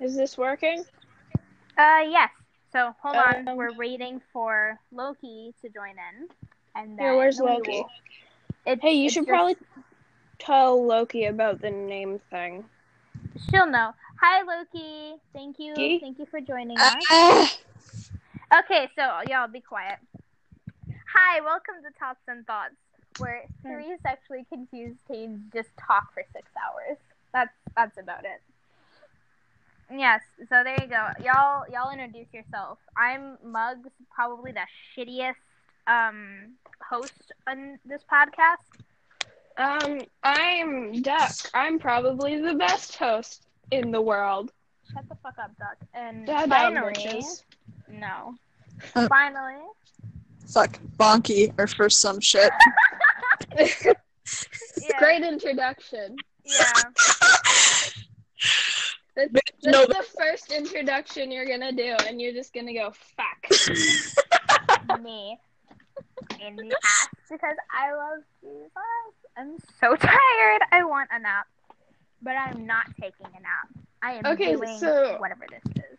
Is this working? Uh, yes. So hold on, Um, we're waiting for Loki to join in, and then Yeah, where's we will- Loki? It's- Hey, you it's should your- probably tell Loki about the name thing. she'll know. Hi, Loki. Thank you. Loki? Thank you for joining us. Okay, so y'all be quiet. Hi, welcome to Thoughts and Thoughts, where three sexually confused teens just talk for six hours. That's that's about it. Yes, so there you go. Y'all y'all introduce yourself. I'm Muggs, probably the shittiest um host on this podcast. Um, I'm Duck. I'm probably the best host in the world. Shut the fuck up, Duck. And Da da, finally, bitches. no. Uh. Finally, Fuck, bonky, or for some shit. yeah, Great introduction. yeah. That's, that's No, the first introduction you're gonna do, and you're just gonna go fuck. me in the ass because I love Jesus. I'm so tired. I want a nap, but I'm not taking a nap. I am Okay, doing so- whatever this is.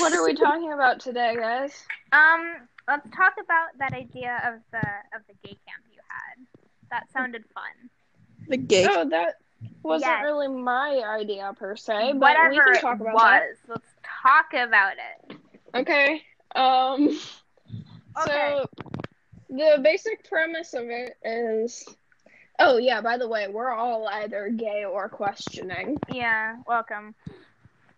what are we talking about today, guys? Um, let's talk about that idea of the of the gay camp you had. That sounded fun. the gay. Oh, that wasn't Yes. really my idea per se, but whatever we can talk it about that. was, let's talk about it. Okay. Um. Okay. So the basic premise of it is. Oh yeah. By the way, we're all either gay or questioning. Yeah, welcome.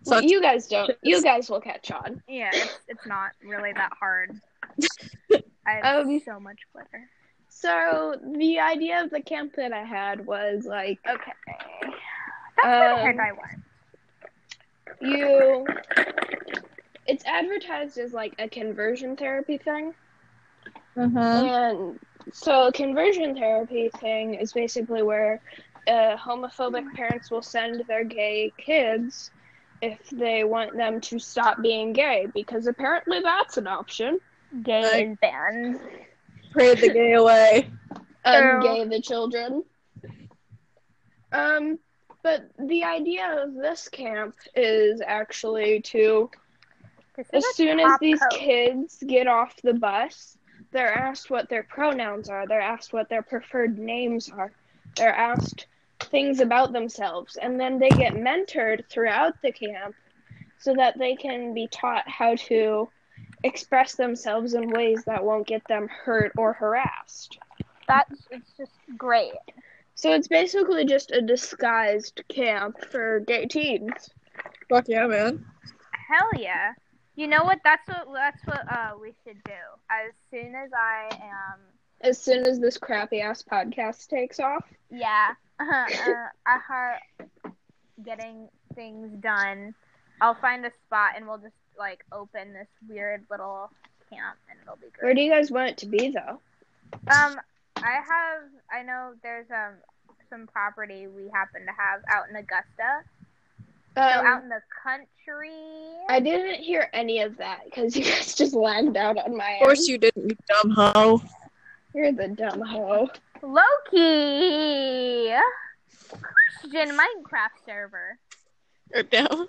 Fuck. you guys don't. You guys will catch on. Yeah, it's, it's not really that hard. I have Um, so much glitter. So the idea of the camp that I had was like Okay. That's where the hair Um, dye went. you. It's advertised as like a conversion therapy thing. Uh-huh. Mhm. And so, conversion therapy thing is basically where uh, homophobic parents will send their gay kids if they want them to stop being gay, because apparently that's an option. Gay Like- is banned. Pray the gay away. True. Ungay the children. Um, but the idea of this camp is actually to This is As a soon as top these coat. kids get off the bus, they're asked what their pronouns are, they're asked what their preferred names are, they're asked things about themselves, and then they get mentored throughout the camp so that they can be taught how to express themselves in ways that won't get them hurt or harassed. that's it's just great. So it's basically just a disguised camp for gay teens. Fuck yeah, man. Hell yeah! You know what? That's what that's what uh we should do. As soon as I am, As soon as this crappy ass podcast takes off, yeah, uh, I heart getting things done. I'll find a spot and we'll just like open this weird little camp and it'll be where great. do you guys want it to be though? Um, I have. I know there's um some property we happen to have out in Augusta. So Um, out in the country. I didn't hear any of that because you guys just lagged out on my. Of course you didn't, you dumb hoe. you're the dumb hoe. Loki. Question Minecraft server. Or down.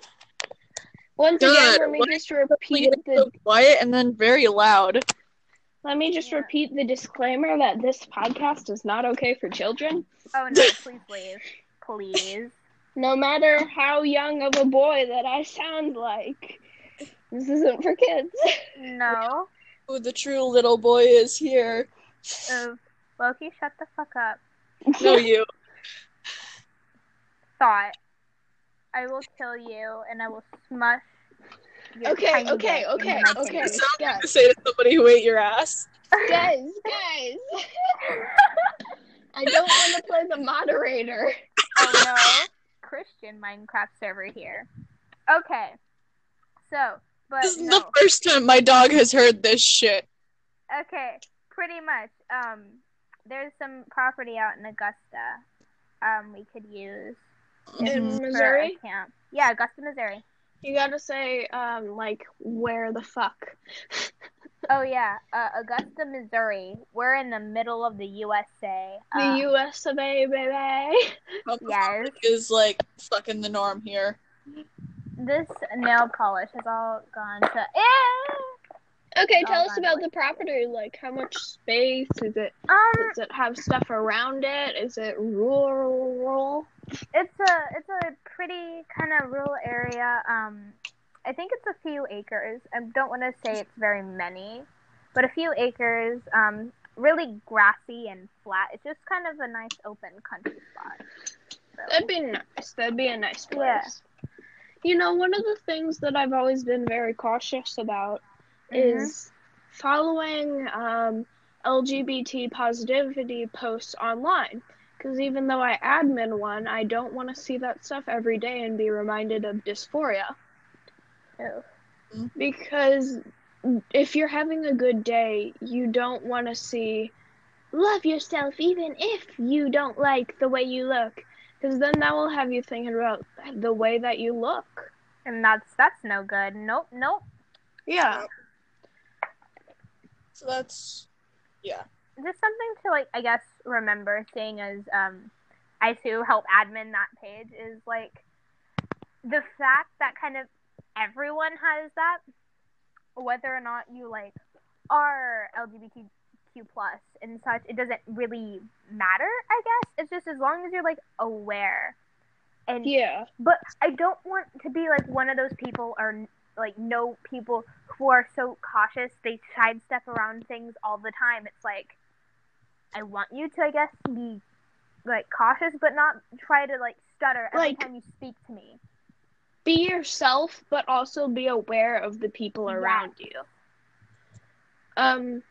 Once God, again, let me what- just We repeat get so the. quiet and then very loud. Let me just Yeah. repeat the disclaimer that this podcast is not okay for children. Oh no, please leave. Please. No matter how young of a boy that I sound like, this isn't for kids. No. Who the true little boy is here. Oof. Loki, shut the fuck up. No, you. Thought. I will kill you and I will smush your okay, tiny okay, dick okay, into my okay, face. guys, Say to somebody who ate your ass. guys, guys. I don't want to play the moderator. oh no, Christian Minecraft server here. Okay, so but This is no, the first time my dog has heard this shit. okay, pretty much. Um, there's some property out in Augusta. Um, we could use In for Missouri, a camp. Yeah, Augusta, Missouri. you gotta say um like where the fuck. Oh yeah, uh, Augusta, Missouri. We're in the middle of the USA. The Um, US of A, baby. Homophobic Yes. Is like fucking the norm here. This nail polish has all gone to. Eh! Okay, Oh, tell us God. about the property. Like, how much space is it? Um, Does it have stuff around it? Is it rural? it's a it's a pretty kind of rural area. Um, I think it's a few acres. I don't want to say it's very many, but a few acres. Um, really grassy and flat. It's just kind of a nice open country spot. So- That'd be nice. That'd be a nice place. Yeah. You know, one of the things that I've always been very cautious about Mhm. is following um, LGBT positivity posts online. Because even though I admin one, I don't want to see that stuff every day and be reminded of dysphoria. Oh. Because if you're having a good day, you don't want to see love yourself even if you don't like the way you look. Because then that will have you thinking about the way that you look. and that's that's no good. Nope, nope. Yeah. So that's yeah. just something to like I guess remember seeing as um I too help admin that page is like the fact that kind of everyone has that whether or not you like are LGBTQ plus and such it doesn't really matter I guess it's just as long as you're like aware and Yeah. but I don't want to be like one of those people or like know people who are so cautious they sidestep around things all the time. It's like I want you to, I guess, be like cautious, but not try to like stutter every Like- time you speak to me. Be yourself, but also be aware of the people Yeah. around you. Um,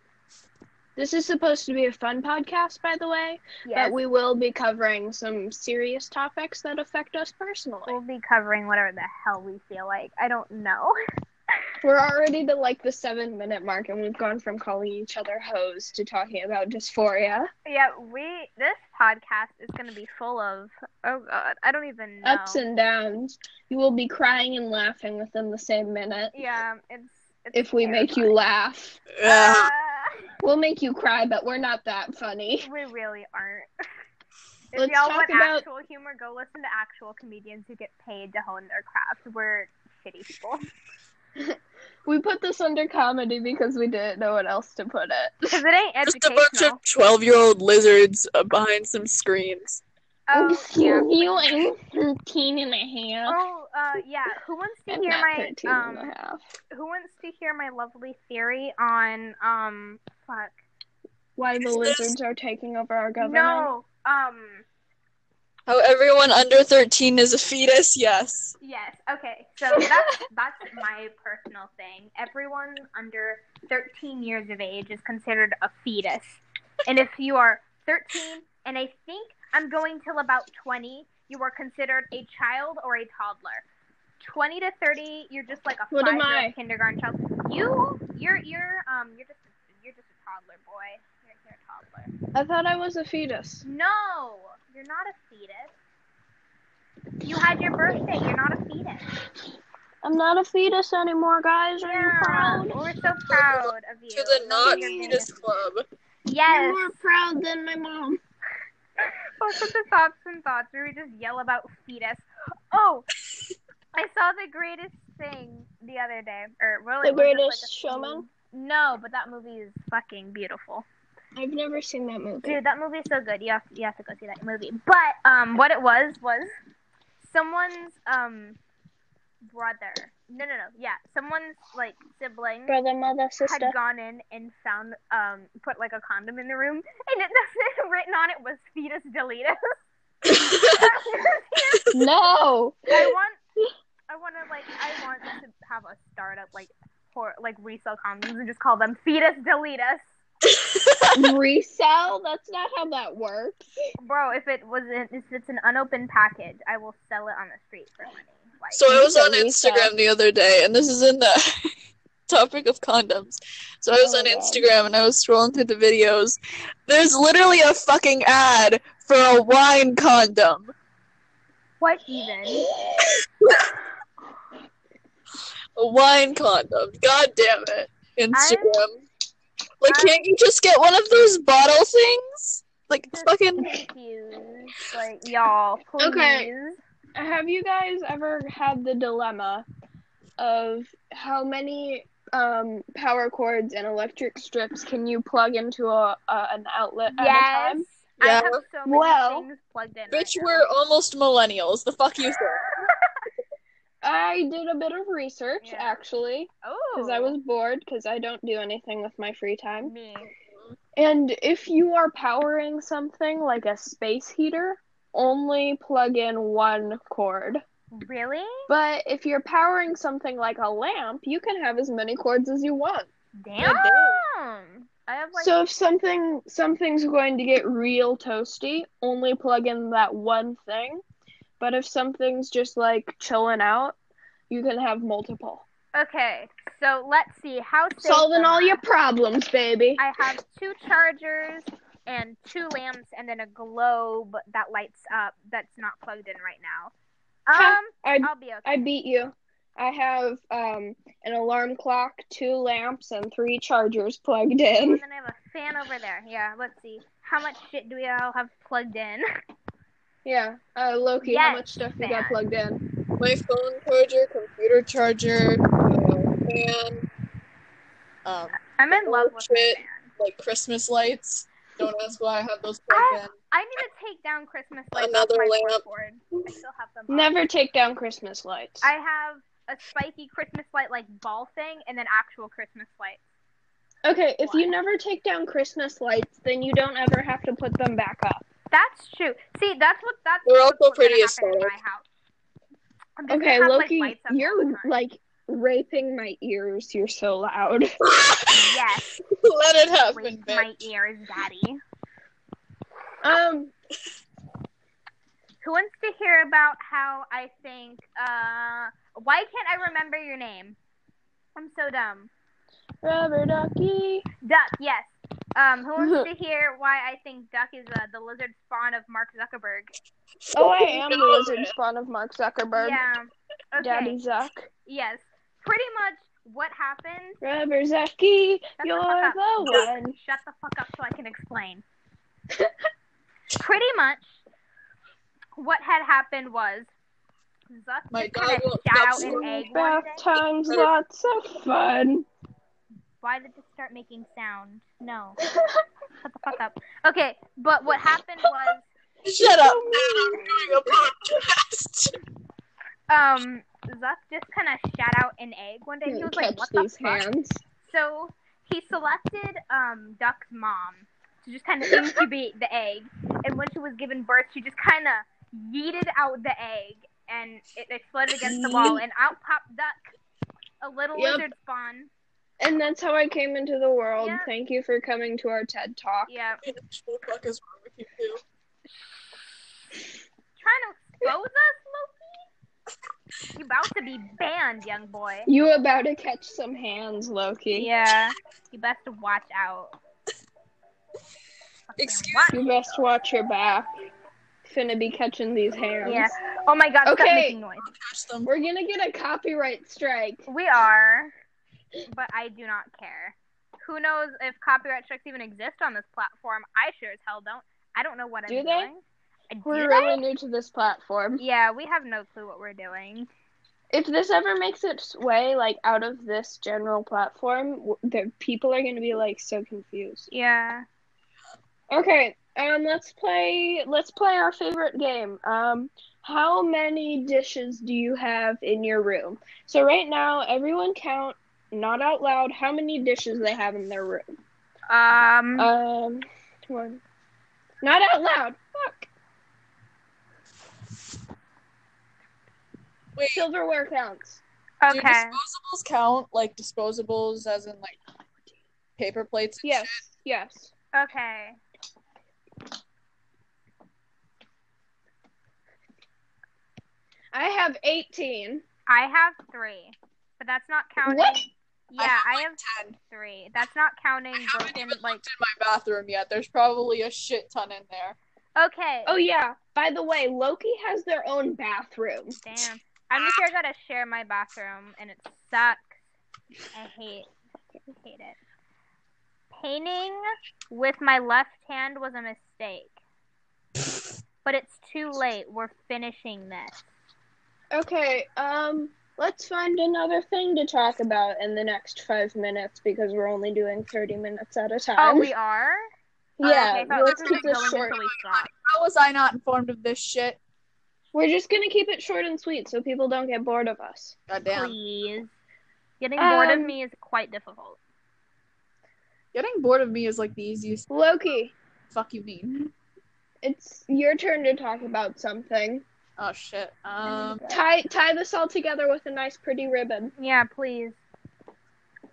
this is supposed to be a fun podcast, by the way, Yes, but we will be covering some serious topics that affect us personally. we'll be covering whatever the hell we feel like. I don't know. We're already to like the seven minute mark, and we've gone from calling each other hoes to talking about dysphoria. yeah, we this podcast is gonna be full of oh god, I don't even know. ups and downs. You will be crying and laughing within the same minute yeah, it's, it's if we make you laugh. Ah. terrifying. Uh, We'll make you cry, but we're not that funny. We really aren't. If Let's y'all talk want about- actual humor, go listen to actual comedians who get paid to hone their craft. We're shitty people. We put this under comedy because we didn't know what else to put it. Because it ain't Just a bunch educational. of twelve-year-old lizards uh, behind some screens. Oh, yeah. you ain't 13 and a half. Oh, uh, yeah. Who wants to I'm hear not my 13 and um? a half. Who wants to hear my lovely theory on um? Fuck. Why the is this- lizards are taking over our government? No. Um. How everyone under 13 is a fetus, yes. Yes. Okay. So that's that's my personal thing. Everyone under 13 years of age is considered a fetus, and if you are 13 and I think I'm going till about 20, you are considered a child or a toddler. 20 to 30, you're just like a What am I? five-year-old kindergarten child. You, you're, you're, um, you're just, you're just a toddler boy. You're, you're a toddler. I thought I was a fetus. No, you're not a fetus. You had your birthday. You're not a fetus. I'm not a fetus anymore, guys. Are you Yeah, proud? We're so proud of you. To the not Look at your fetus name. club. You're Yes. more proud than my mom. Welcome to Thoughts and Thoughts, where we just yell about fetus. Oh, I saw the greatest thing the other day. Or The really, it was just Greatest like a Showman? scene. No, but that movie is fucking beautiful, I've never seen that movie. dude. That movie is so good. You have you have to go see that movie. But um, what it was was someone's um brother. No, no, no. Yeah, someone's like sibling. Brother, mother, sister. had gone in and found um put like a condom in the room and it, the thing written on it was fetus deleted. I No. want I wanna like I want to have a startup like for like resell condoms and just call them fetus delete us. Resell? That's not how that works. Bro, if it wasn't if it's an unopened package, I will sell it on the street for money. Like So I was on Lisa. Instagram the other day, and this is in the topic of condoms. So I was Oh on my God. Instagram and I was scrolling through the videos. There's literally a fucking ad for a wine condom. what even? A wine condom. God damn it. Instagram. like, I'm- can't you just get one of those bottle things? Like, Just fucking. confused. Like y'all, please. Okay. have you guys ever had the dilemma of how many um, power cords and electric strips can you plug into a, a an outlet at a Yes. time? I Yeah. have so many Well, things plugged in. Bitch, right now. we're almost millennials. The fuck you think? I did a bit of research Yeah. actually Oh. because I was bored because I don't do anything with my free time. me. And if you are powering something like a space heater, only plug in one cord. Really? But if you're powering something like a lamp, you can have as many cords as you want. Damn. damn. I have like so if something something's going to get real toasty, only plug in that one thing. But if something's just like chilling out, you can have multiple. Okay, so let's see how safe Solving am all I? your problems, baby. I have two chargers and two lamps and then a globe that lights up that's not plugged in right now. Um, I I'll be okay. I beat you. I have um an alarm clock, two lamps, and three chargers plugged in. and then I have a fan over there. Yeah, let's see. How much shit do we all have plugged in? Yeah. Uh Loki, how Yes, much stuff you got man. plugged in? My phone charger, computer charger, uh, fan, um, I'm Oh, in love with my Shit. fan. like Christmas lights. Don't ask why I have those I- plugged in. I need to take down Christmas lights Another off my lamp. board. I still have them. on. Never take down Christmas lights. I have a spiky Christmas light like ball thing and then actual Christmas lights. Okay, if Why? you never take down Christmas lights, then you don't ever have to put them back up. That's true. See, that's what that's. They're what's also gonna pretty happen in aesthetic. my house. I'm just gonna Okay, have, like, Loki, lights up all the you're time. like raping my ears. You're so loud. yes, Let it happen, raise my bitch. ears, daddy. Um, Who wants to hear about how I think? Uh, why can't I remember your name? I'm so dumb. rubber ducky. Duck, yes. Um, who wants to hear why I think Duck is uh, the lizard spawn of Mark Zuckerberg? Oh, I am the No. lizard spawn of Mark Zuckerberg. Yeah. Okay. Daddy Zuck. Yes. Pretty much what happened. Rubber Zucky, Shut the you're fuck up. the one. Shut the fuck up so I can explain. Pretty much what had happened was Zuck My just kind dog of won't shat stop out an snoring. Oh, egg one Bath day. times lots of fun. Why did this start making sound? No. Shut the fuck up. Okay, but what hadn't was Shut up, man. I'm doing a podcast. um Zuck just kind of shat out an egg one day. He was like, Hmm, Catch "What the these fuck?" hands. So he selected um, Duck's mom to just kind of incubate the egg, and when she was given birth, she just kind of yeeted out the egg, and it exploded against the wall, and out popped Duck, a little Yep. lizard spawn. And that's how I came into the world. Yeah. Thank you for coming to our TED Talk. Yeah, What the fuck is wrong with you two? trying to expose us, Loki. You about to be banned, young boy. You about to catch some hands, Loki. Yeah, you best to watch out. Fucking Excuse watch You best watch your back. Finna be catching these hands. Yeah. Oh my God! Stop Okay. making noise. Catch them. We're gonna get a copyright strike. We are, but I do not care. Who knows if copyright strikes even exist on this platform? I sure as hell don't. I don't know what I'm Do they? doing. Uh, Do We're they? really new to this platform. Yeah, we have no clue what we're doing. If this ever makes its way like out of this general platform, w- the people are gonna be like so confused. Yeah. Okay, um, let's play. Let's play our favorite game. Um, how many dishes do you have in your room? So right now, everyone count, not out loud, how many dishes they have in their room. Um. Um, one. Not out loud. Fuck. Wait, do Silverware counts. okay. disposables count? Like disposables as in like paper plates and Yes. shit? Yes. Okay. I have eighteen. I have three, but that's not counting. What? Yeah, have, I have Ten. three. That's not counting I haven't broken even like. looked in my bathroom yet. There's probably a shit ton in there. Okay. Oh yeah. By the way, Loki has their own bathroom. Damn. I'm just here. I gotta share my bathroom, and it sucks. I hate, I hate it. Painting with my left hand was a mistake, but it's too late. We're finishing this. Okay, um, let's find another thing to talk about in the next five minutes because we're only doing 30 minutes at a time. Oh, we are. Oh, yeah, okay, I thought let's was keep just this going short. until we stopped. How was I not informed of this shit? We're just gonna keep it short and sweet so people don't get bored of us. Goddamn. Please. Getting bored of Um, me is quite difficult. Getting bored of me is like the easiest Loki, fuck you mean. it's your turn to talk about something. Oh shit. Um Tie tie this all together with a nice, pretty ribbon. Yeah, please.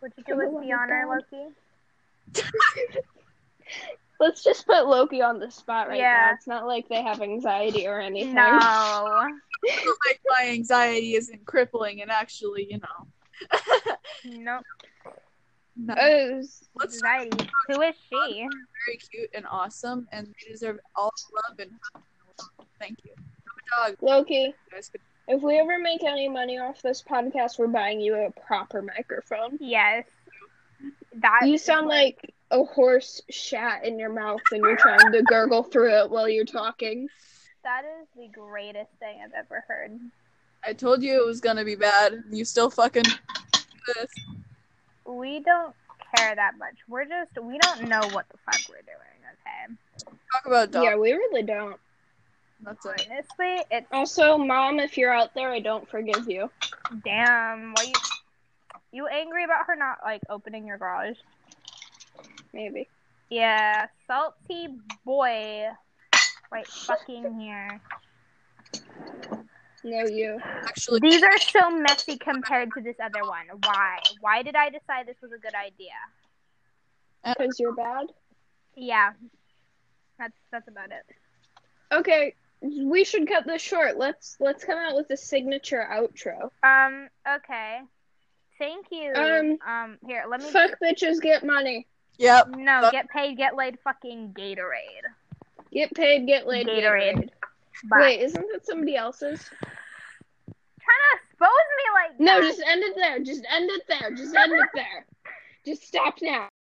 Would you Oh do us my the honor, God. Loki? Let's just put Loki on the spot right Yeah. now. It's not like they have anxiety or anything. No. like my anxiety isn't crippling and actually, you know. Nope. no. Oh, Uh, s- Let's start Right. Who is she? very cute and awesome and they deserve all the love and thank you. I'm a dog. Loki, You guys could if we ever make any money off this podcast, we're buying you a proper microphone. Yes. That You is sound what- like a horse shat in your mouth and you're trying to gurgle through it while you're talking. that is the greatest thing I've ever heard. I told you it was gonna be bad. You still fucking this. We don't care that much. We're just we don't know what the fuck we're doing. Talk about dog. Yeah, we really don't. That's Okay. it. Honestly, it's Also, mom, if you're out there, I don't forgive you. damn. Why you you angry about her not like opening your garage? Maybe. Yeah, salty boy, right fucking here. No, you. Actually These are so messy compared to this other one. Why? Why did I decide this was a good idea? uh, Because you're bad. Yeah, that's that's about it. Okay, we should cut this short. Let's let's come out with a signature outro. Um. Okay. Thank you. Um, Um. Here, let me. Fuck bitches, get money. Yep. No, fuck. get paid, get laid, fucking Gatorade. Get paid, get laid. get Gatorade. laid. Bye. Wait, isn't that somebody else's? Trying to expose me like No, that. just end it there. Just end it there. Just end it there. Just stop now.